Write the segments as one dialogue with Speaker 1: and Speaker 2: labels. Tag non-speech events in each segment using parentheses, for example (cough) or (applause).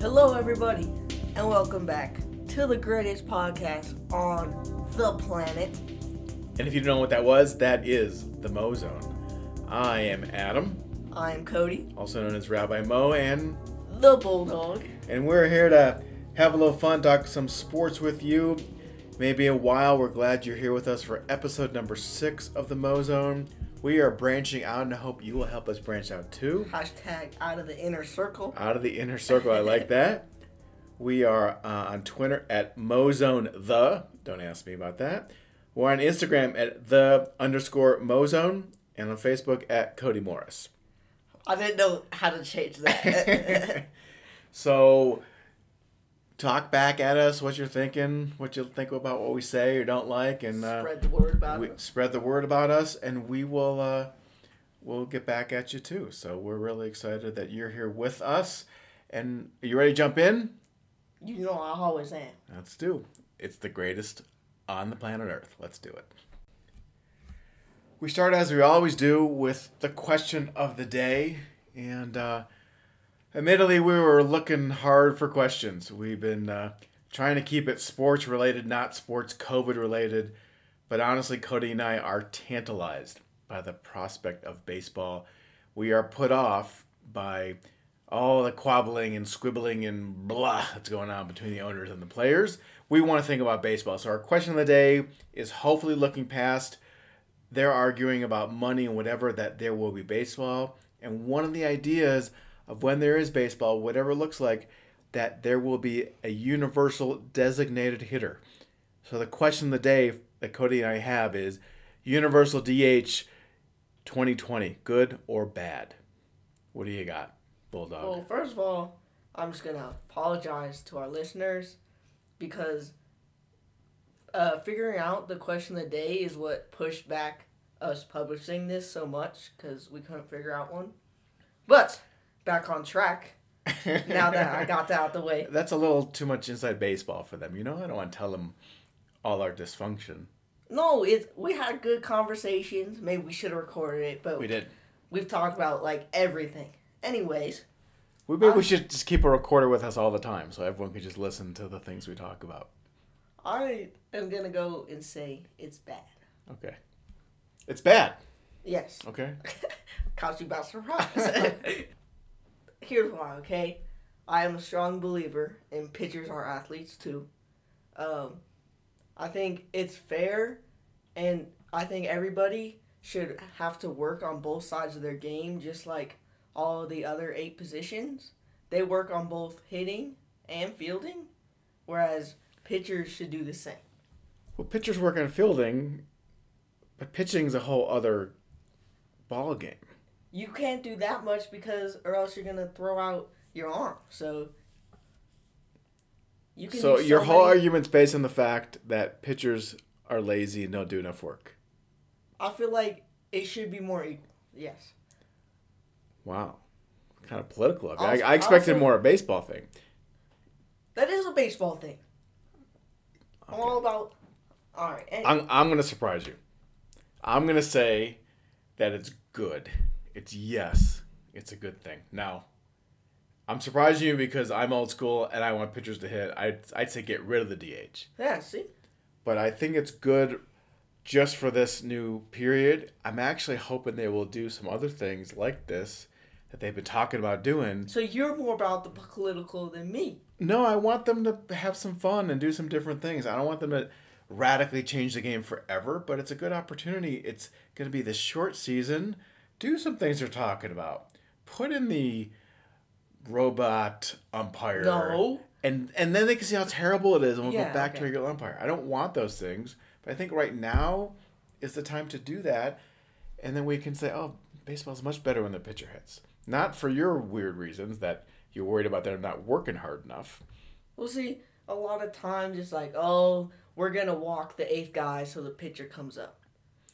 Speaker 1: Hello, everybody, and welcome back to the greatest podcast on the planet.
Speaker 2: And if you don't know what that was, that is the Mo Zone. I am Adam,
Speaker 1: I'm Cody,
Speaker 2: also known as Rabbi Mo, and
Speaker 1: the Bulldog.
Speaker 2: and we're here to have a little fun, talk some sports with you. Maybe a while. We're glad you're here with us for episode number six of the Mo Zone. We are branching out, and I hope you will help us branch out too.
Speaker 1: Hashtag out of the inner circle.
Speaker 2: Out of the inner circle, I like
Speaker 1: (laughs)
Speaker 2: that. We are uh, on Twitter at Mozone the. Don't ask me about that. We're on Instagram at the underscore Mozone, and on Facebook at Cody Morris.
Speaker 1: I didn't know how to change that. (laughs)
Speaker 2: So talk back at us what you're thinking, what you think about what we say or don't like, and uh,
Speaker 1: Spread the word about
Speaker 2: we,
Speaker 1: it.
Speaker 2: spread the word about us, and we will uh, we'll get back at you too. So we're really excited that you're here with us. And are you ready to jump in?
Speaker 1: You know I always am.
Speaker 2: Let's do. It's the greatest on the planet Earth. Let's do it. We start as we always do with the question of the day, and uh, admittedly, we were looking hard for questions. We've been uh, trying to keep it sports related, not sports COVID related, but honestly, Cody and I are tantalized by the prospect of baseball. We are put off by all the quabbling and squibbling and blah that's going on between the owners and the players. We want to think about baseball. So, our question of the day is hopefully looking past they're arguing about money and whatever that there will be baseball. And one of the ideas of when there is baseball, whatever it looks like, that there will be a universal designated hitter. So the question of the day that Cody and I have is universal DH 2020, good or bad? What do you got, Bulldog?
Speaker 1: Well, Oh, first of all, I'm just gonna apologize to our listeners because uh, figuring out the question of the day is what pushed back us publishing this so much because we couldn't figure out one. But back on
Speaker 2: (laughs)
Speaker 1: track now that I got that out the way.
Speaker 2: That's a little too much inside baseball for them. You know, I don't want to tell them all our dysfunction.
Speaker 1: No, it we had good conversations. Maybe we should have recorded it, but
Speaker 2: We did.
Speaker 1: we've talked about like everything. Anyways,
Speaker 2: We maybe we should just keep a recorder with us all the time, so everyone could just listen to the things we talk about.
Speaker 1: I am gonna go and say it's bad.
Speaker 2: Okay, it's bad.
Speaker 1: Yes.
Speaker 2: Okay,
Speaker 1: (laughs) caught you by surprise. (laughs) Here's why, okay? I am a strong believer, and pitchers are athletes too. Um, I think it's fair, and I think everybody should have to work on both sides of their game, just like all the other eight positions. They work on both hitting and fielding, whereas pitchers should do the same.
Speaker 2: well, pitchers work on fielding, but pitching's a whole other ball game.
Speaker 1: You can't do that much because, or else you're gonna throw out your arm. So you
Speaker 2: So
Speaker 1: do
Speaker 2: your whole
Speaker 1: many-
Speaker 2: argument's based on the fact that pitchers are lazy and don't do enough work.
Speaker 1: I feel like it should be more equal. Yes.
Speaker 2: Wow, kind of political. of you.
Speaker 1: Also-
Speaker 2: I, I expected
Speaker 1: also-
Speaker 2: more a baseball thing.
Speaker 1: That is a baseball thing. I'm all about. All right. and-
Speaker 2: I'm, I'm gonna surprise you. I'm gonna say that it's good. It's yes, it's a good thing. Now, I'm surprising you because I'm old school and I want pitchers to hit. I'd, I'd say get rid of the DH,
Speaker 1: yeah, see?
Speaker 2: but I think it's good just for this new period. I'm actually hoping they will do some other things like this that they've been talking about doing.
Speaker 1: So you're more about the political than me.
Speaker 2: No, I want them to have some fun and do some different things. I don't want them to radically change the game forever, but it's a good opportunity. It's going to be the short season. Do some things they're talking about. Put in the robot umpire.
Speaker 1: No.
Speaker 2: And and then they can see how terrible it is and we'll
Speaker 1: Yeah,
Speaker 2: go back to
Speaker 1: okay.
Speaker 2: regular umpire. I don't want those things, but I think right now is the time to do that. And then we can say, oh, baseball's much better when the pitcher hits. Not for your weird reasons that you're worried about them not working hard enough.
Speaker 1: Well, see, a lot of times it's like, oh, we're going to walk the eighth guy so the pitcher comes up.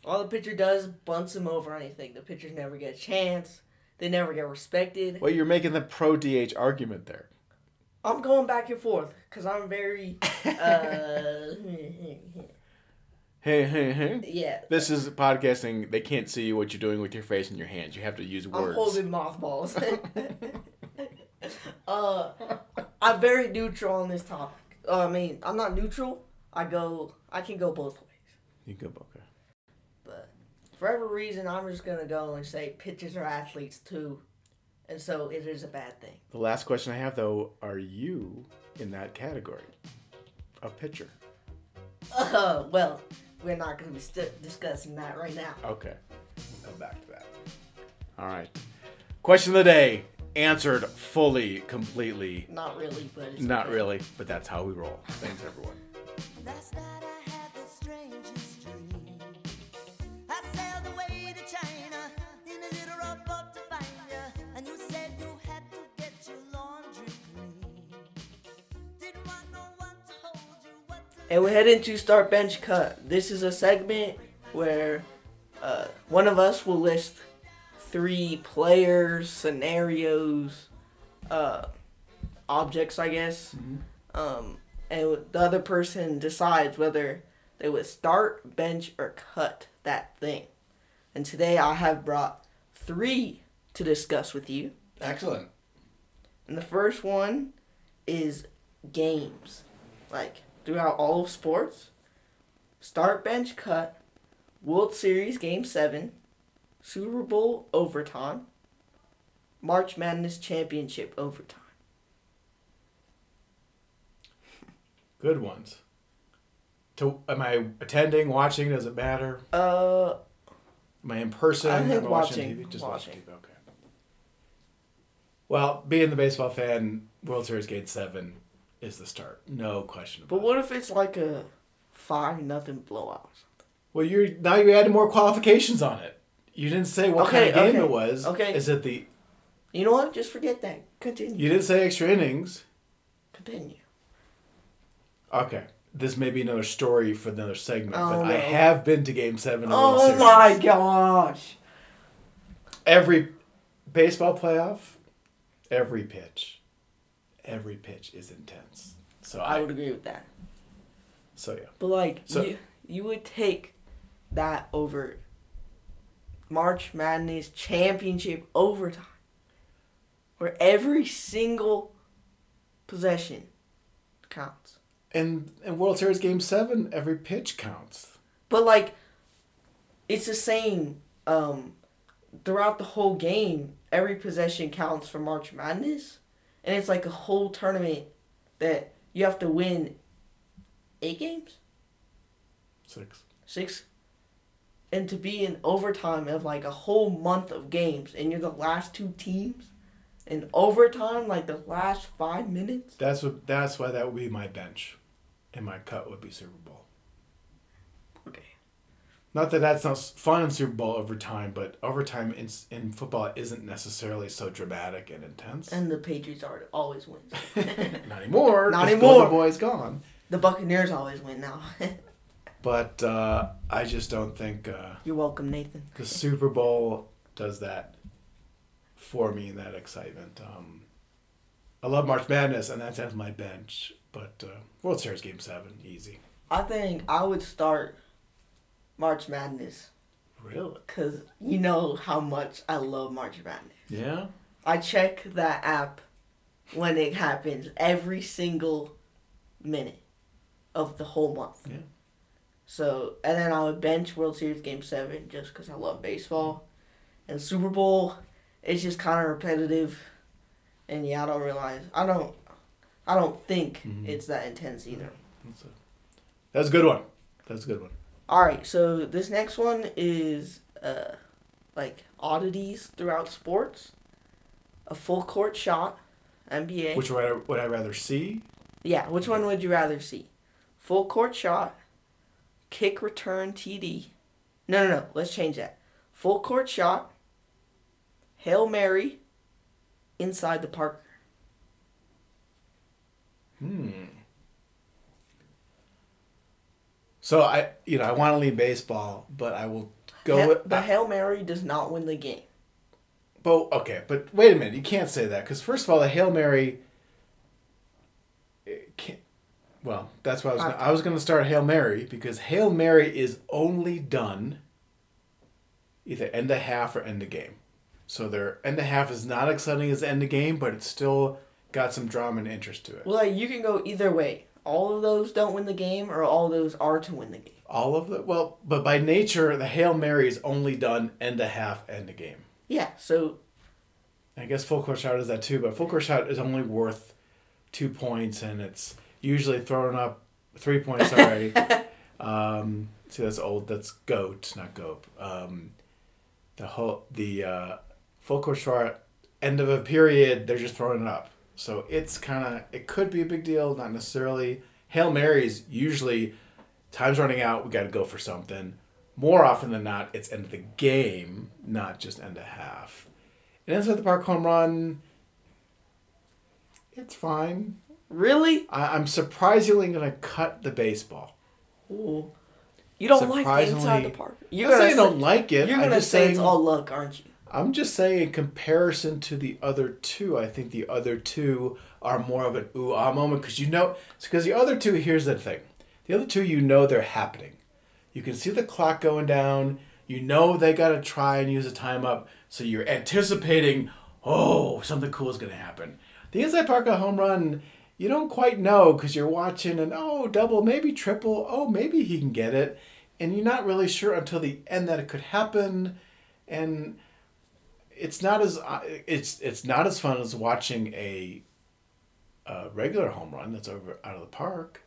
Speaker 1: All the pitcher does bunts him over anything. The pitchers never get a chance. They never get respected.
Speaker 2: Well, you're making the pro DH argument there.
Speaker 1: I'm going back and forth because I'm very. Uh,
Speaker 2: Hey, hey, hey.
Speaker 1: yeah.
Speaker 2: This is podcasting. They can't see what you're doing with your face and your hands. You have to use
Speaker 1: I'm
Speaker 2: words.
Speaker 1: holding mothballs. uh, I'm very neutral on this topic. Uh, I mean, I'm not neutral. I go, I can go both ways.
Speaker 2: You go, Boca.
Speaker 1: But for every reason, I'm just gonna go and say pitchers are athletes too, and so it is a bad thing.
Speaker 2: The last question I have, though, are you in that category? A pitcher.
Speaker 1: Uh, well, we're not gonna be st- discussing that right now.
Speaker 2: Okay. We'll come back to that. All right. Question of the day answered fully, completely.
Speaker 1: Not really, but it's
Speaker 2: Not
Speaker 1: okay.
Speaker 2: really, but that's how we roll. Thanks, everyone.
Speaker 3: Last night I had the strangest dream. I sailed away to China in a little rowboat to find you, and you said you had to get your laundry clean. Didn't want no one to hold you, what to
Speaker 1: And we're heading to start bench cut. This is a segment where uh, one of us will list three players, scenarios, uh, objects, I guess. Um, and the other person decides whether they would start, bench, or cut that thing. And today I have brought three to discuss with you.
Speaker 2: Excellent.
Speaker 1: And the first one is games. Like throughout all of sports, start bench cut, World Series game 7, Super Bowl overtime, March Madness championship overtime.
Speaker 2: Good ones. To, am I attending, watching? Does it matter?
Speaker 1: Uh
Speaker 2: Am I in person?
Speaker 1: I think
Speaker 2: Am I
Speaker 1: watching.
Speaker 2: TV? Just watching.
Speaker 1: Watching.
Speaker 2: TV. Okay. Well, being the baseball fan, World Series Game Seven is the start. No question about
Speaker 1: but
Speaker 2: it.
Speaker 1: what if it's like a 5 nothing blowout?
Speaker 2: Well, you're now you added more qualifications on it. You didn't say what
Speaker 1: Okay,
Speaker 2: kind of game
Speaker 1: okay,
Speaker 2: it was.
Speaker 1: okay.
Speaker 2: Is it the?
Speaker 1: You know what? Just forget that. Continue.
Speaker 2: You didn't say extra innings.
Speaker 1: Continue.
Speaker 2: Okay. This may be another story for another segment, but
Speaker 1: Oh,
Speaker 2: I
Speaker 1: no.
Speaker 2: have been to Game Seven. Of the World
Speaker 1: Oh
Speaker 2: Series.
Speaker 1: my gosh.
Speaker 2: Every baseball playoff, every pitch, every pitch is intense. So
Speaker 1: I
Speaker 2: I.
Speaker 1: would agree with that.
Speaker 2: So yeah.
Speaker 1: But like
Speaker 2: So-
Speaker 1: you, you would take that over March Madness championship overtime, where every single possession counts.
Speaker 2: And in World Series Game Seven, every pitch counts.
Speaker 1: But like, it's the same um, throughout the whole game. Every possession counts for March Madness, and it's like a whole tournament that you have to win eight games.
Speaker 2: Six.
Speaker 1: six and to be in overtime of like a whole month of games and you're the last two teams in overtime like the last five minutes
Speaker 2: That's what. That's why that would be my bench, and my cut would be Super Bowl.
Speaker 1: okay
Speaker 2: Not that that's not s- fun in Super Bowl overtime, but overtime in, s- in football isn't necessarily so dramatic and intense.
Speaker 1: and the patriots are always win
Speaker 2: not anymore.
Speaker 1: Not
Speaker 2: 'cause
Speaker 1: anymore.
Speaker 2: Golden Boy's gone.
Speaker 1: (laughs) the buccaneers always win now (laughs)
Speaker 2: But uh, I just don't think uh,
Speaker 1: you're welcome nathan
Speaker 2: the Super Bowl does that for me and that excitement. Um, I love March Madness, and that's at my bench. But uh, World Series Game 7, easy.
Speaker 1: i think i would start march madness
Speaker 2: Really?
Speaker 1: because you know how much i love march madness
Speaker 2: Yeah?
Speaker 1: I check that app when it happens every single minute of the whole month.
Speaker 2: Yeah.
Speaker 1: So, and then I would bench World Series Game 7 just because I love baseball. And Super Bowl, it's just kind of repetitive. And yeah, I don't realize. I don't. I don't think
Speaker 2: Mhm.
Speaker 1: it's that intense either.
Speaker 2: That's a, that's a good one. That's a good one.
Speaker 1: All right, so this next one is uh, like oddities throughout sports, a full court shot, NBA.
Speaker 2: Which would I, would I rather see?
Speaker 1: Yeah, which one would you rather see? Full court shot, kick return TD. No, no, no. Let's change that. Full court shot, Hail Mary, inside the park.
Speaker 2: Hmm. So I, you know, I want to leave baseball, but I will go
Speaker 1: Hail-
Speaker 2: with.
Speaker 1: the
Speaker 2: I-
Speaker 1: Hail Mary does not win the game.
Speaker 2: but okay, but wait a minute, you can't say that because first of all, the hail mary. it Can't, well, that's why I was. Gonna, I was going to start hail mary because hail mary is only done. Either end a half or end a game, so their end a half is not exciting as end a game, but it's still got some drama and interest to it.
Speaker 1: Well, like, you can go either way. All of those don't win the game, or all of those are to win the game.
Speaker 2: All of the well, but by nature, the Hail Mary is only done end a half, end a game.
Speaker 1: Yeah, so
Speaker 2: I guess full court shot is that too, but full court shot is only worth two points, and it's usually thrown up three points already. um, see, that's old. That's goat, not goat. Um, the whole the uh, full court shot end of a period, they're just throwing it up. So it's kind of it could be a big deal, not necessarily. Hail Marys usually time's running out. We got to go for something. More often than not, it's end of the game, not just end of half. And inside the park home run, it's fine.
Speaker 1: really,
Speaker 2: I, I'm surprisingly gonna cut the baseball.
Speaker 1: Ooh. you don't like the inside the
Speaker 2: Surprisingly-
Speaker 1: park.
Speaker 2: I'm
Speaker 1: You're
Speaker 2: not
Speaker 1: gonna
Speaker 2: saying
Speaker 1: say,
Speaker 2: I don't like it.
Speaker 1: you're
Speaker 2: I'm
Speaker 1: gonna
Speaker 2: just
Speaker 1: say
Speaker 2: saying
Speaker 1: it's all luck, aren't you?
Speaker 2: I'm just saying in comparison to the other two, I think the other two are more of an ooh ah moment because you know because the other two here's the thing, the other two you know they're happening, you can see the clock going down, you know they gotta try and use a time up, so you're anticipating oh something cool is gonna happen. The inside park a home run, you don't quite know because you're watching and oh double maybe triple oh maybe he can get it, and you're not really sure until the end that it could happen, and it's not as uh, it's it's not as fun as watching a, a regular home run that's over out of the park.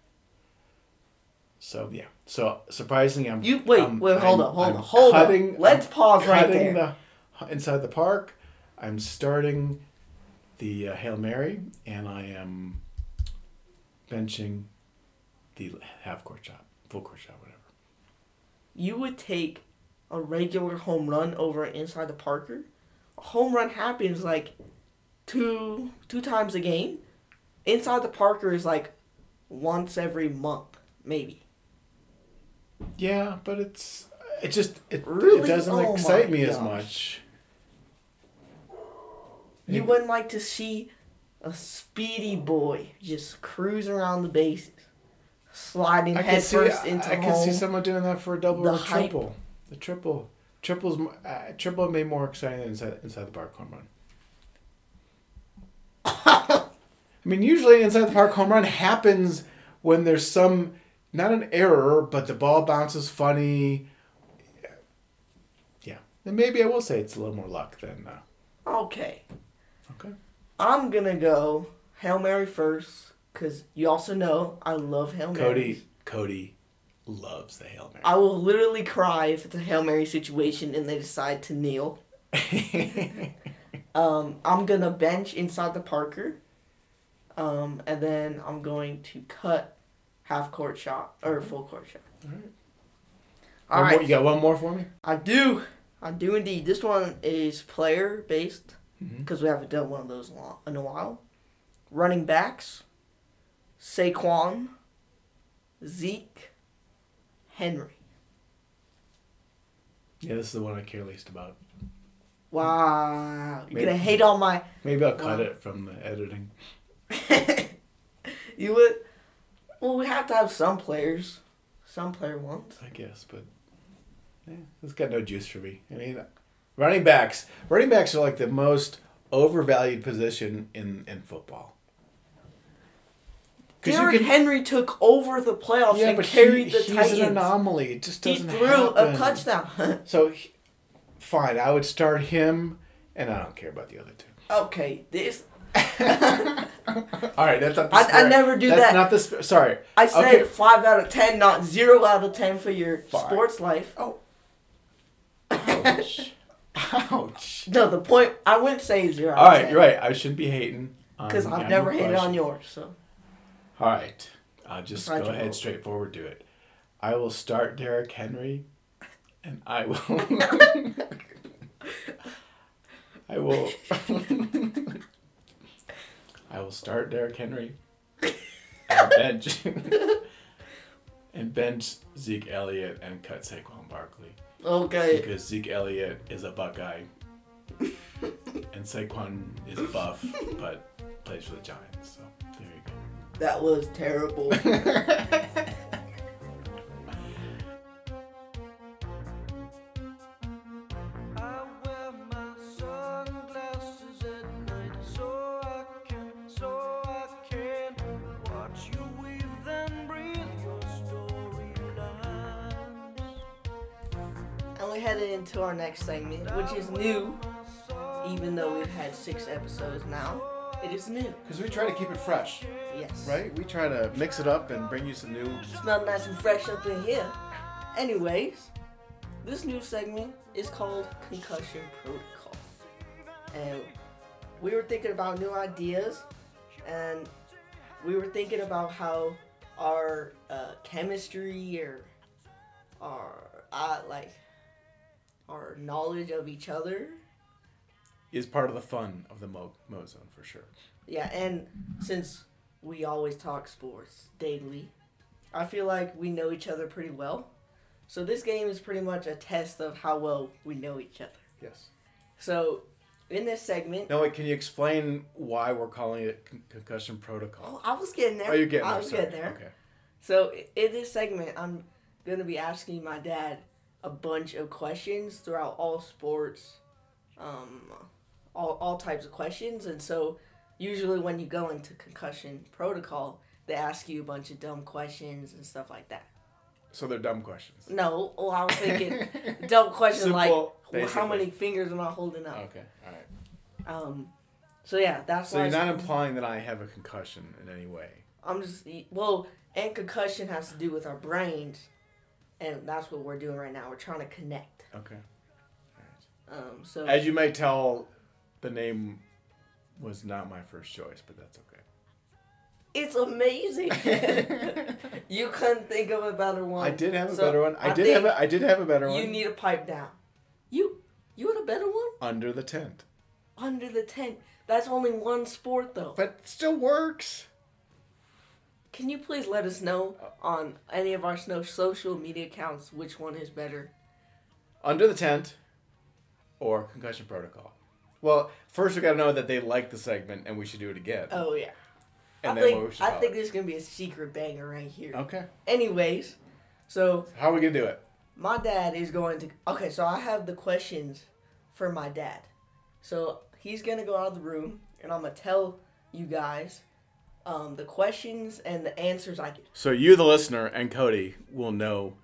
Speaker 2: So yeah, so surprisingly, I'm
Speaker 1: You- wait,
Speaker 2: I'm-
Speaker 1: wait, hold
Speaker 2: I'm-
Speaker 1: up, hold
Speaker 2: I'm
Speaker 1: up, hold up.
Speaker 2: cutting-
Speaker 1: Let's pause right
Speaker 2: cutting
Speaker 1: there.
Speaker 2: The, inside the park, I'm starting the uh, hail mary, and I am benching the half court shot, full court shot, whatever.
Speaker 1: You would take a regular home run over an inside the parker. A home run happens like two two times a game. Inside the parker is like once every month, maybe.
Speaker 2: Yeah, but it's it just it,
Speaker 1: Really?
Speaker 2: it doesn't
Speaker 1: Oh
Speaker 2: excite
Speaker 1: my
Speaker 2: me as
Speaker 1: gosh.
Speaker 2: much.
Speaker 1: You wouldn't like to see a speedy boy just cruise around the bases, sliding
Speaker 2: I can see
Speaker 1: headfirst into
Speaker 2: I
Speaker 1: home.
Speaker 2: can see someone doing that for a double
Speaker 1: The
Speaker 2: or a
Speaker 1: hype.
Speaker 2: triple. The triple, triples, m- uh, triple made more exciting than inside inside the park home run. I mean, usually inside the park home run happens when there's some not an error, but the ball bounces funny. Yeah, and maybe I will say it's a little more luck than uh,
Speaker 1: okay,
Speaker 2: okay.
Speaker 1: I'm gonna go Hail Mary first, cause you also know I love Hail Mary.
Speaker 2: Cody Cody loves the hail mary.
Speaker 1: I will literally cry if it's a Hail Mary situation and they decide to kneel. Um, I'm gonna bench inside the Parker. Um, and then I'm going to cut half court shot or full court shot. (laughs) All
Speaker 2: One
Speaker 1: right.
Speaker 2: more- you got one more for me.
Speaker 1: I do. I do indeed. This one is player based because we haven't done one of those lo- in a while. Running backs Saquon, Zeke, Henry.
Speaker 2: Yeah, this is the one I care least about.
Speaker 1: Wow. You're going to
Speaker 2: Maybe-
Speaker 1: hate all my.
Speaker 2: Maybe I'll cut
Speaker 1: Wow.
Speaker 2: it from the editing.
Speaker 1: You would. Well, we have to have some players. Some player ones.
Speaker 2: I guess, but yeah, it's got no juice for me. I mean, running backs, running backs are like the most overvalued position in in football. 'Cause you
Speaker 1: Derrick
Speaker 2: can-
Speaker 1: Henry took over the playoffs
Speaker 2: yeah,
Speaker 1: and
Speaker 2: but
Speaker 1: carried
Speaker 2: he,
Speaker 1: the
Speaker 2: he's
Speaker 1: Titans.
Speaker 2: an anomaly. It just
Speaker 1: he
Speaker 2: doesn't.
Speaker 1: threw
Speaker 2: happen.
Speaker 1: a touchdown. (laughs)
Speaker 2: So, he- fine, I would start him, and I don't care about the other
Speaker 1: (laughs)
Speaker 2: two.
Speaker 1: okay, this
Speaker 2: All right, that's not. The
Speaker 1: I- I
Speaker 2: spirit.
Speaker 1: never do
Speaker 2: that's
Speaker 1: that.
Speaker 2: Not the sp- sorry.
Speaker 1: I said
Speaker 2: Okay.
Speaker 1: five out of ten, not zero out of ten for your
Speaker 2: Fine.
Speaker 1: sports life.
Speaker 2: Oh.
Speaker 1: (laughs)
Speaker 2: Ouch. Ouch.
Speaker 1: No, the point I wouldn't say zero.
Speaker 2: All right, you're right. I shouldn't be hating.
Speaker 1: Because
Speaker 2: on
Speaker 1: I've
Speaker 2: your
Speaker 1: never hated
Speaker 2: question.
Speaker 1: on yours. So
Speaker 2: All right, I'll just
Speaker 1: Besides
Speaker 2: go
Speaker 1: your vote.
Speaker 2: ahead straightforward do it. I will start Derrick Henry, and I
Speaker 1: (laughs)
Speaker 2: will. I will. (laughs) I will start Derrick Henry. And bench.
Speaker 1: (laughs)
Speaker 2: and bench Zeke Elliott and cut Saquon Barkley
Speaker 1: okay,
Speaker 2: because Zeke Elliott is a Buckeye, and Saquon is buff but plays for the Giants. So there you go.
Speaker 1: that was terrible.
Speaker 4: I wear my sunglasses at night so I can, so
Speaker 1: headed into our next segment, which is new, even though we've had six episodes now. It is new.
Speaker 2: Because we try to keep it fresh,
Speaker 1: Yes.
Speaker 2: right? We try to mix it up and bring you some new.
Speaker 1: Smell nice and fresh up in here. Anyways, this new segment is called Concussion Protocol. And we were thinking about new ideas, and we were thinking about how our uh, chemistry or our uh, like our knowledge of each other.
Speaker 2: Is part of the fun of the Mo, Mo Zone for sure.
Speaker 1: Yeah, and since we always talk sports daily, I feel like we know each other pretty well. So this game is pretty much a test of how well we know each other.
Speaker 2: Yes.
Speaker 1: So in this segment,
Speaker 2: Now, wait, can you explain why we're calling it con- concussion protocol?
Speaker 1: oh, I was getting there.
Speaker 2: Oh, you're getting
Speaker 1: I
Speaker 2: there.
Speaker 1: was
Speaker 2: sorry.
Speaker 1: getting there.
Speaker 2: Okay.
Speaker 1: So i- in this segment, I'm gonna be asking my dad a bunch of questions throughout all sports, um, all all types of questions, and so usually when you go into concussion protocol, they ask you a bunch of dumb questions and stuff like that.
Speaker 2: So they're dumb questions.
Speaker 1: No, well, I was thinking dumb questions like,
Speaker 2: Simple,
Speaker 1: well, how
Speaker 2: basically.
Speaker 1: many fingers am I holding up?
Speaker 2: Okay. All right.
Speaker 1: Um, so yeah, that's
Speaker 2: So
Speaker 1: why
Speaker 2: you're
Speaker 1: it's-
Speaker 2: not implying that I have a concussion in any way.
Speaker 1: I'm just well, and concussion has to do with our brains, and that's what we're doing right now. We're trying to connect.
Speaker 2: Okay.
Speaker 1: Um, so
Speaker 2: As you may tell, the name was not my first choice, but that's
Speaker 1: it's amazing. (laughs)
Speaker 2: okay.
Speaker 1: you couldn't think of a better one.
Speaker 2: I did have a
Speaker 1: So,
Speaker 2: better one. I, did
Speaker 1: think
Speaker 2: have a, I did have a better
Speaker 1: You
Speaker 2: one.
Speaker 1: need a pipe down. You you had a better one
Speaker 2: Under the tent,
Speaker 1: under the tent. That's only one sport though.
Speaker 2: but it still works.
Speaker 1: Can you please let us know on any of our snow social media accounts which one is better?
Speaker 2: Under the tent, or concussion protocol. Well, first we got to know that they like the segment and we should do it again.
Speaker 1: Oh yeah.
Speaker 2: and
Speaker 1: I
Speaker 2: then what we
Speaker 1: think
Speaker 2: should
Speaker 1: I
Speaker 2: call
Speaker 1: think
Speaker 2: it. Oh.
Speaker 1: there's gonna be a secret banger right here.
Speaker 2: Okay.
Speaker 1: Anyways, so
Speaker 2: How are we gonna do it?
Speaker 1: my dad is going to okay so i have the questions for my dad so he's gonna go out of the room and i'm gonna tell you guys um, the questions and the answers i get
Speaker 2: So you, the listener, and Cody will know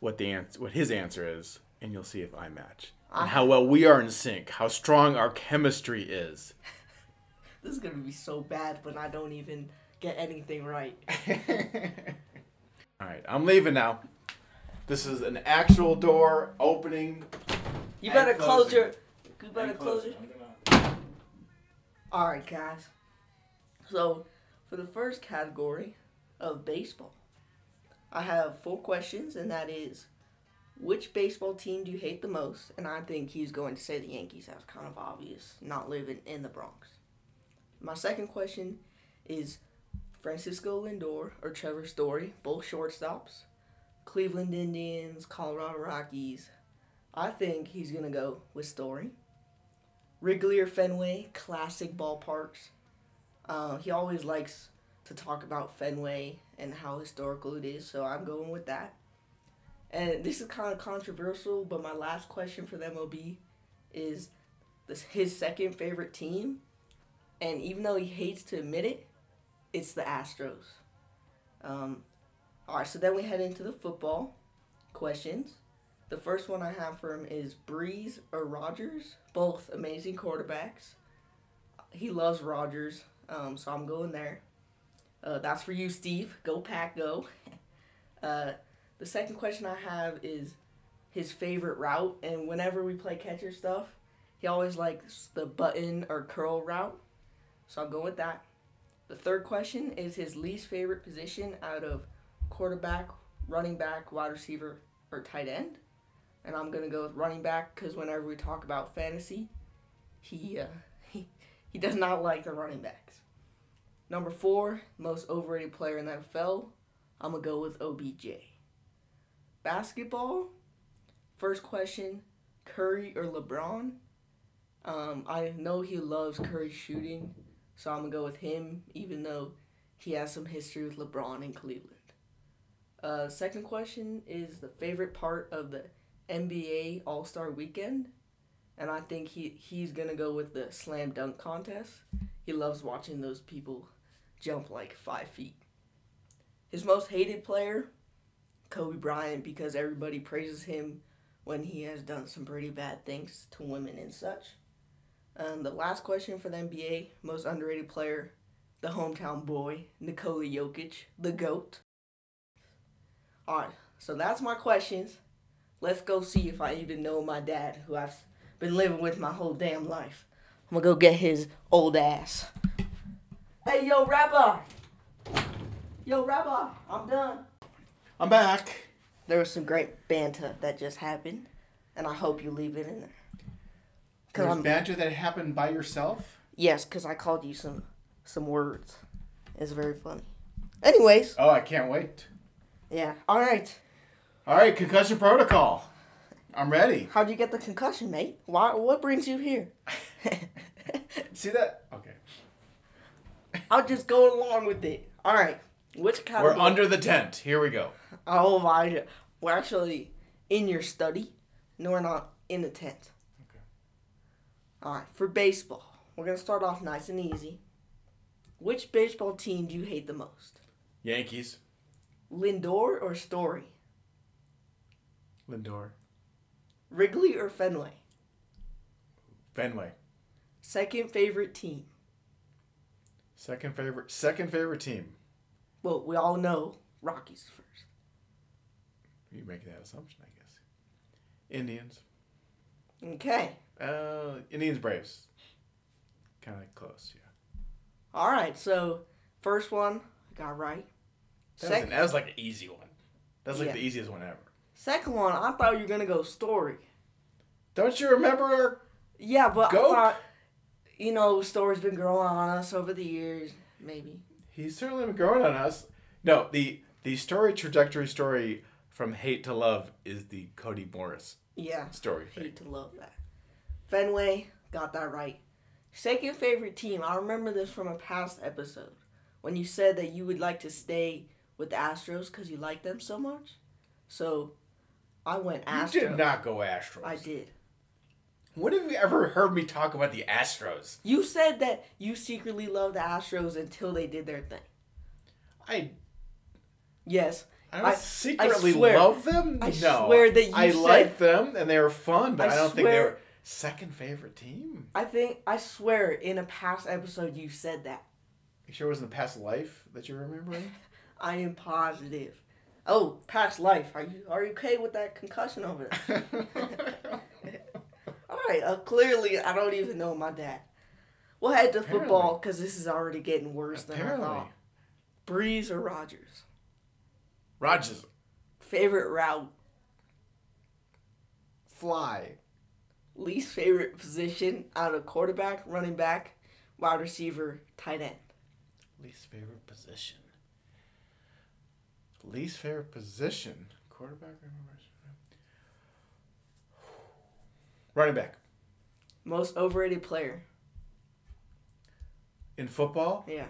Speaker 2: what the ans- what his answer is, and you'll see if I match and how well we are in sync, how strong our chemistry (laughs) is.
Speaker 1: this is gonna be so bad when i don't even get anything right
Speaker 2: All right, I'm leaving now. This is an actual door opening.
Speaker 1: you better
Speaker 2: And
Speaker 1: close your
Speaker 2: closing.
Speaker 1: you better close your All right, guys. So, for the first category of baseball, I have four questions, and that is which baseball team do you hate the most? And I think he's going to say the Yankees. That's kind of obvious, not living in the Bronx. My second question is Francisco Lindor or Trevor Story, both shortstops, Cleveland Indians, Colorado Rockies. I think he's going to go with Story. Wrigley or Fenway, classic ballparks. Uh, he always likes to talk about Fenway and how historical it is, so I'm going with that. And this is kind of controversial, but my last question for the MLB is this his second favorite team, and even though he hates to admit it, it's the Astros. Um, all right, so then we head into the football questions. The first one I have for him is Breeze or Rogers, both amazing quarterbacks. He loves Rogers, um, so I'm going there. Uh, that's for you, Steve. Go pack, go. (laughs) uh, the second question I have is his favorite route, and whenever we play catcher stuff, he always likes the button or curl route, so I'll go with that. The third question is his least favorite position out of quarterback, running back, wide receiver, or tight end. And I'm gonna go with running back because whenever we talk about fantasy, he uh, (laughs) he he does not like the running backs. Number four, most overrated player in the NFL. I'm gonna go with OBJ. Basketball. First question: Curry or LeBron? Um, I know he loves Curry shooting, so I'm gonna go with him, even though he has some history with LeBron in Cleveland. Uh, second question is the favorite part of the NBA All Star Weekend, and I think he he's gonna go with the slam dunk contest. He loves watching those people jump like five feet. His most hated player, Kobe Bryant, because everybody praises him when he has done some pretty bad things to women and such. Um, the last question for the NBA most underrated player, the hometown boy, Nikola Jokic, the GOAT. All right, so that's my questions. Let's go see if I even know my dad, who I've been living with my whole damn life. I'm gonna go get his old ass. Hey, yo, Rabbi! Yo, Rabbi, I'm done.
Speaker 2: I'm back.
Speaker 1: There was some great banter that just happened, and I hope you leave it in there. Cause
Speaker 2: There's
Speaker 1: I'm,
Speaker 2: banter that happened by yourself.
Speaker 1: yes, because I called you some some words. It's very funny. Anyways,
Speaker 2: Oh, I can't wait.
Speaker 1: yeah. All right.
Speaker 2: All right, concussion protocol. I'm ready.
Speaker 1: How'd you get the concussion, mate? Why? What brings you here? (laughs)
Speaker 2: See that? Okay.
Speaker 1: I'll just go along with it. All right. Which category?
Speaker 2: We're under the tent. Here we go.
Speaker 1: Oh my! We're actually in your study. No, we're not in the tent.
Speaker 2: Okay.
Speaker 1: All right. For baseball, we're gonna start off nice and easy. Which baseball team do you hate the most?
Speaker 2: Yankees.
Speaker 1: Lindor or Story?
Speaker 2: Lindor.
Speaker 1: Wrigley or Fenway?
Speaker 2: Fenway.
Speaker 1: Second favorite team.
Speaker 2: Second favorite. Second favorite team.
Speaker 1: Well, we all know Rockies is first.
Speaker 2: You make that assumption, I guess. Indians.
Speaker 1: Okay.
Speaker 2: Uh, Indians Braves. Kind of close, yeah.
Speaker 1: All right. So first one I got right.
Speaker 2: That was, an,
Speaker 1: Second,
Speaker 2: that was like an easy one. That's like
Speaker 1: Yeah.
Speaker 2: the easiest one ever.
Speaker 1: second one I thought you were gonna go Story.
Speaker 2: Don't you remember? our-
Speaker 1: Yeah, but
Speaker 2: Go.
Speaker 1: I thought, you know, story's been growing on us over the years, maybe.
Speaker 2: He's certainly been growing on us. No, the the story trajectory story from hate to love is the Cody Morris
Speaker 1: Yeah.
Speaker 2: story thing.
Speaker 1: Hate to love that. Fenway got that right. Second favorite team. I remember this from a past episode when you said that you would like to stay with the Astros because you like them so much. So I went Astros.
Speaker 2: You did not go Astros.
Speaker 1: I did.
Speaker 2: When have you ever heard me talk about the Astros?
Speaker 1: You said that you secretly loved the Astros until they did their thing.
Speaker 2: I
Speaker 1: Yes.
Speaker 2: I don't
Speaker 1: I- I
Speaker 2: secretly
Speaker 1: swear-
Speaker 2: love them.
Speaker 1: I
Speaker 2: no,
Speaker 1: swear that you
Speaker 2: I
Speaker 1: said-
Speaker 2: liked them and they were fun, but I,
Speaker 1: I
Speaker 2: don't think they
Speaker 1: swear-
Speaker 2: were second favorite team.
Speaker 1: I think, I swear, in a past episode, you said that.
Speaker 2: You sure it was in the past life that you're
Speaker 1: (laughs)
Speaker 2: remembering?
Speaker 1: I am positive. Oh, past life. Are you are you okay with that concussion over there? All right. Uh, clearly, I don't even know my dad. We'll head to football because this is already getting worse than I
Speaker 2: Apparently,
Speaker 1: thought. Breeze or Rogers?
Speaker 2: Rogers
Speaker 1: Favorite route?
Speaker 2: fly.
Speaker 1: Least favorite position out of quarterback, running back, wide receiver, tight end.
Speaker 2: Least favorite position. Least favorite position. Quarterback. or running back? Running back
Speaker 1: Most overrated player.
Speaker 2: in football.
Speaker 1: Yeah.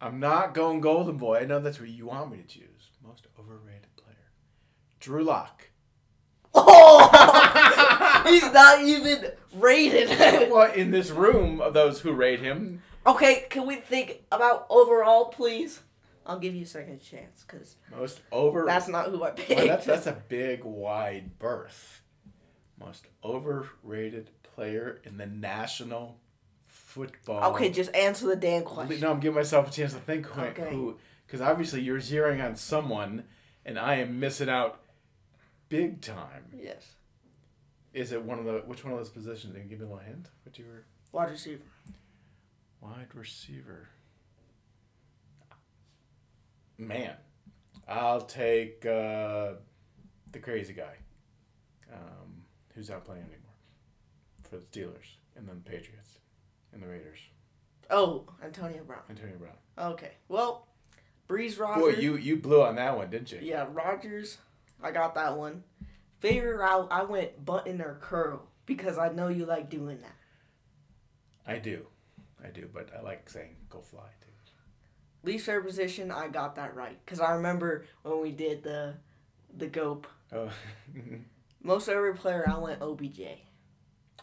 Speaker 2: I'm not going Golden Boy. I know that's what you want me to choose. Most overrated player. Drew
Speaker 1: (coughs)
Speaker 2: Lock.
Speaker 1: Oh,
Speaker 2: (laughs)
Speaker 1: he's not even rated. (laughs)
Speaker 2: Well, in this room of those who rate him,
Speaker 1: Okay, can we think about overall, please? I'll give you a second chance because
Speaker 2: most over. (laughs)
Speaker 1: that's not who I picked.
Speaker 2: Well, that's, that's
Speaker 1: (laughs)
Speaker 2: a big, wide berth. Most overrated player in the National Football
Speaker 1: okay, just answer the damn question.
Speaker 2: No, I'm giving myself a chance to think who,
Speaker 1: Okay.
Speaker 2: because obviously you're zeroing on someone, and I am missing out big time.
Speaker 1: Yes.
Speaker 2: Is it one of the which one of those positions? Can you give me a little hint? What you were
Speaker 1: Wide receiver.
Speaker 2: wide receiver. Man, I'll take uh, the crazy guy, um, who's not playing anymore for the Steelers, and then the Patriots, and the Raiders.
Speaker 1: Oh, Antonio Brown.
Speaker 2: Antonio Brown.
Speaker 1: Okay. Well, Breeze
Speaker 2: Boy,
Speaker 1: Rogers.
Speaker 2: you you blew on that one, didn't you?
Speaker 1: Yeah, Rogers. I got that one. Favorite route, I went button or curl because I know you like doing that.
Speaker 2: I do. I do, but I like saying go fly too.
Speaker 1: Least favorite position, I got that right because I remember when we did the the gope.
Speaker 2: Oh, (laughs)
Speaker 1: Most every player, I went OBJ.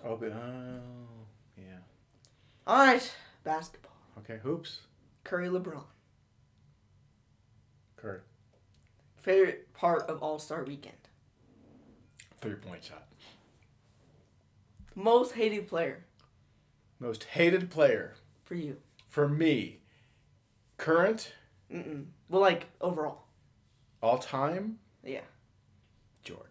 Speaker 2: oh, but, oh, yeah.
Speaker 1: All right, basketball.
Speaker 2: Okay, hoops.
Speaker 1: Curry LeBron.
Speaker 2: Kurt.
Speaker 1: Favorite part of All Star Weekend?
Speaker 2: three point shot.
Speaker 1: Most hated player
Speaker 2: Most hated player
Speaker 1: for you.
Speaker 2: for me, current,
Speaker 1: Mm-mm. Well, like overall.
Speaker 2: all time,
Speaker 1: Yeah.
Speaker 2: Jordan.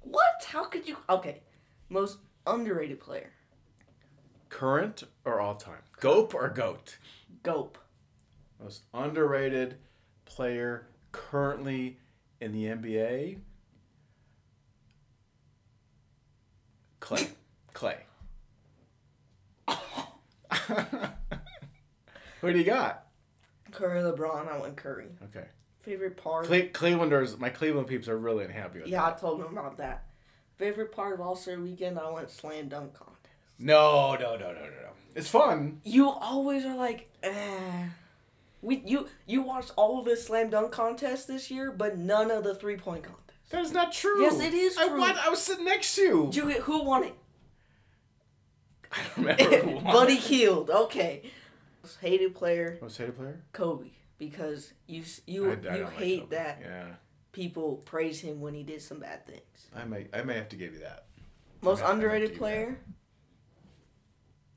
Speaker 1: What? How could you? Okay. Most underrated player.
Speaker 2: Current or all time? Gope or goat?
Speaker 1: Gope.
Speaker 2: Most underrated player currently in the NBA? Clay. Clay. Who do you got?
Speaker 1: Curry, LeBron. I went Curry.
Speaker 2: Okay.
Speaker 1: Favorite part.
Speaker 2: Cle- Clevelanders, my Cleveland peeps are really unhappy with
Speaker 1: Yeah, I told him about that. Favorite part of All Star Weekend. I went slam dunk contest.
Speaker 2: No, no, no, no, no, no. It's fun.
Speaker 1: You always are like, eh. We you you watched all of the slam dunk contests this year, but none of the three point contest.
Speaker 2: That is not true.
Speaker 1: Yes, it is
Speaker 2: I,
Speaker 1: true.
Speaker 2: What? I was sitting next to you.
Speaker 1: Did you get who won it?
Speaker 2: (laughs) I don't
Speaker 1: (laughs)
Speaker 2: remember who won.
Speaker 1: Buddy Healed. Okay. Most hated player
Speaker 2: Most hated player?
Speaker 1: Kobe because you s- you
Speaker 2: I- I don't
Speaker 1: you
Speaker 2: like
Speaker 1: hate
Speaker 2: Kobe.
Speaker 1: that
Speaker 2: Yeah.
Speaker 1: people praise him when he did some bad things.
Speaker 2: I may, I may have to give you that.
Speaker 1: Most
Speaker 2: I might
Speaker 1: underrated
Speaker 2: do
Speaker 1: player,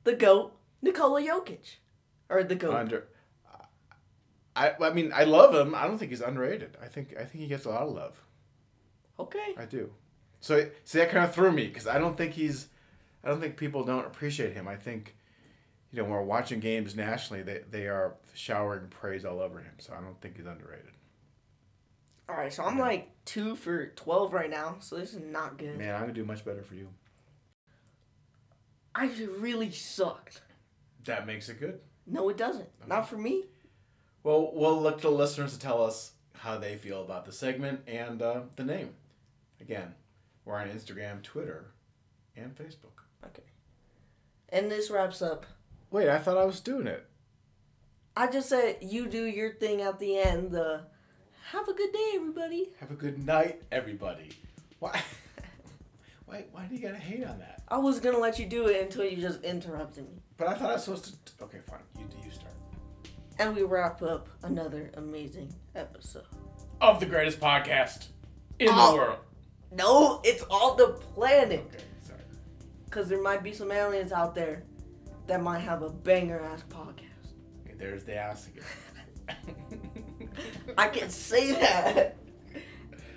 Speaker 1: the goat Nikola Jokic, or the goat.
Speaker 2: Under, I, I mean, I love him. I don't think he's underrated. I think, I think he gets a lot of love.
Speaker 1: okay,
Speaker 2: I do. So, see, that kind of threw me because I don't think he's, I don't think people don't appreciate him. I think, you know, when we're watching games nationally, they, they are showering praise all over him. So I don't think he's underrated.
Speaker 1: all right. So I'm like two for twelve right now. So this is not good.
Speaker 2: Man, I'm gonna do much better for you.
Speaker 1: I really sucked.
Speaker 2: That makes it good.
Speaker 1: No, it doesn't. Not for me.
Speaker 2: Well, we'll look to the listeners to tell us how they feel about the segment and uh, the name. Again, we're on Instagram, Twitter, and Facebook.
Speaker 1: Okay. And this wraps up.
Speaker 2: Wait, I thought I was doing it.
Speaker 1: I just said you do your thing at the end. The have a good day, everybody.
Speaker 2: Have a good night, everybody. Why? (laughs) Why? Why do you gotta hate on that?
Speaker 1: I was gonna let you do it until you just interrupted me.
Speaker 2: But I thought I was supposed to. Okay, fine. You you start.
Speaker 1: And we wrap up another amazing episode.
Speaker 2: Of the greatest podcast in
Speaker 1: Oh.
Speaker 2: the world.
Speaker 1: No, it's all the planet.
Speaker 2: Okay, sorry.
Speaker 1: Because there might be some aliens out there that might have a banger ass podcast.
Speaker 2: Okay, there's the ass again.
Speaker 1: I can say that.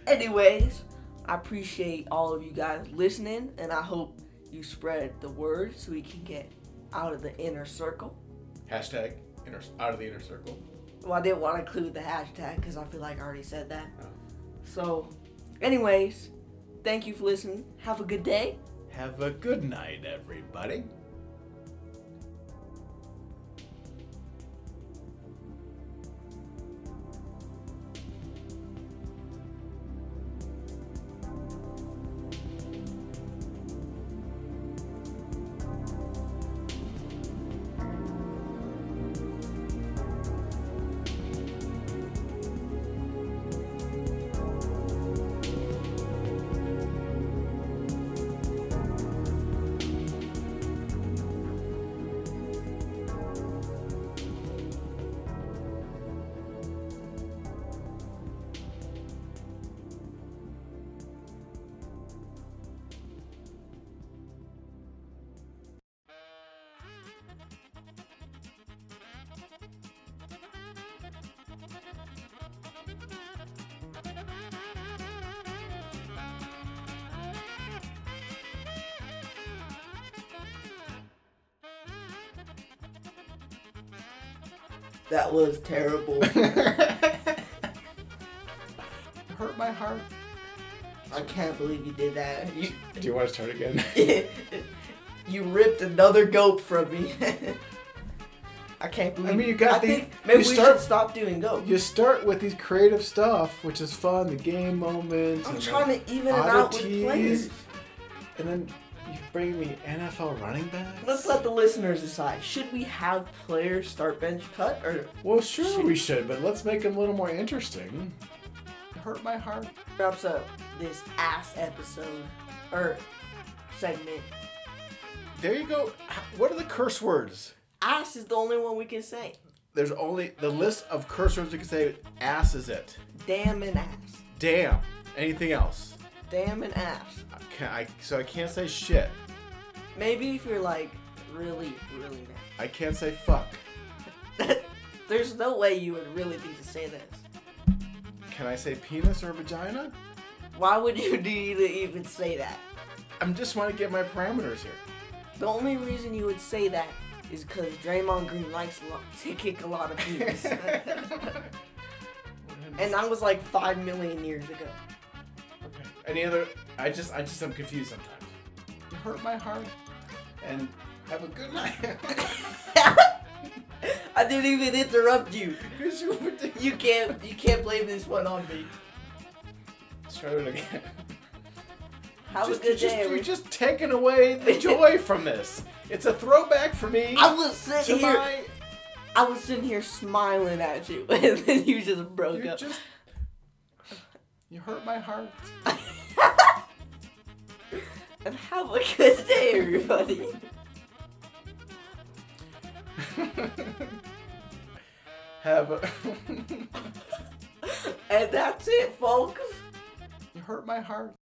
Speaker 1: Anyways, I appreciate all of you guys listening, and I hope you spread the word so we can get out of the inner circle.
Speaker 2: Hashtag inner, out of the inner circle.
Speaker 1: Well, I didn't want to include the hashtag because I feel like I already said that.
Speaker 2: Oh.
Speaker 1: So, anyways, thank you for listening. Have a good day.
Speaker 2: Have a good night, everybody.
Speaker 1: That was (laughs) terrible.
Speaker 2: (laughs) Hurt my heart.
Speaker 1: I can't believe you did that. You,
Speaker 2: Do you want to start again?
Speaker 1: you ripped another goat from me. (laughs) I can't believe.
Speaker 2: I mean, you got
Speaker 1: I
Speaker 2: the-
Speaker 1: Think maybe
Speaker 2: you
Speaker 1: we
Speaker 2: start-
Speaker 1: should stop doing goat.
Speaker 2: (laughs) you start with these creative stuff, which is fun, the game moments.
Speaker 1: I'm
Speaker 2: and the
Speaker 1: trying to even it out with
Speaker 2: oddities,
Speaker 1: players.
Speaker 2: And then you bring me NFL running backs.
Speaker 1: Let's let the listeners decide. Should we have players start bench cut or?
Speaker 2: Well, sure we should, but let's make them a little more interesting. Hurt my heart.
Speaker 1: wraps up this ass episode or segment.
Speaker 2: There you go. What are the curse words?
Speaker 1: Ass is the only one we can say.
Speaker 2: There's only the list of curse words we can say. Ass is it.
Speaker 1: Damn and ass.
Speaker 2: Damn. Anything else?
Speaker 1: damn and ass.
Speaker 2: I can I, so I can't say shit.
Speaker 1: Maybe if you're like really, really mad.
Speaker 2: I can't say fuck.
Speaker 1: There's no way you would really need to say this.
Speaker 2: Can I say penis or vagina?
Speaker 1: Why would (laughs) you need to even say that?
Speaker 2: I'm just want to get my parameters here.
Speaker 1: The only reason you would say that is because Draymond Green likes lo- to kick a lot
Speaker 2: (laughs)
Speaker 1: of penis. and that was like five million years (laughs) ago.
Speaker 2: Okay. Any other? I just, I just, I'm confused sometimes. You hurt my heart. And have a good (laughs) night.
Speaker 1: I didn't even interrupt you.
Speaker 2: Because you were (laughs) doing-
Speaker 1: You can't, you can't blame this one on me.
Speaker 2: Let's try it again.
Speaker 1: Have
Speaker 2: just,
Speaker 1: a good
Speaker 2: just,
Speaker 1: day.
Speaker 2: You're
Speaker 1: everyone.
Speaker 2: just taking away the (laughs) joy from this. It's a throwback for me.
Speaker 1: I was sitting
Speaker 2: to
Speaker 1: here,
Speaker 2: my.
Speaker 1: I was sitting here smiling at you, (laughs) and then you just broke
Speaker 2: You
Speaker 1: up.
Speaker 2: just. You hurt my heart.
Speaker 1: And have a good day, everybody.
Speaker 2: (laughs) Have a. (laughs)
Speaker 1: and that's it, folks.
Speaker 2: you hurt my heart.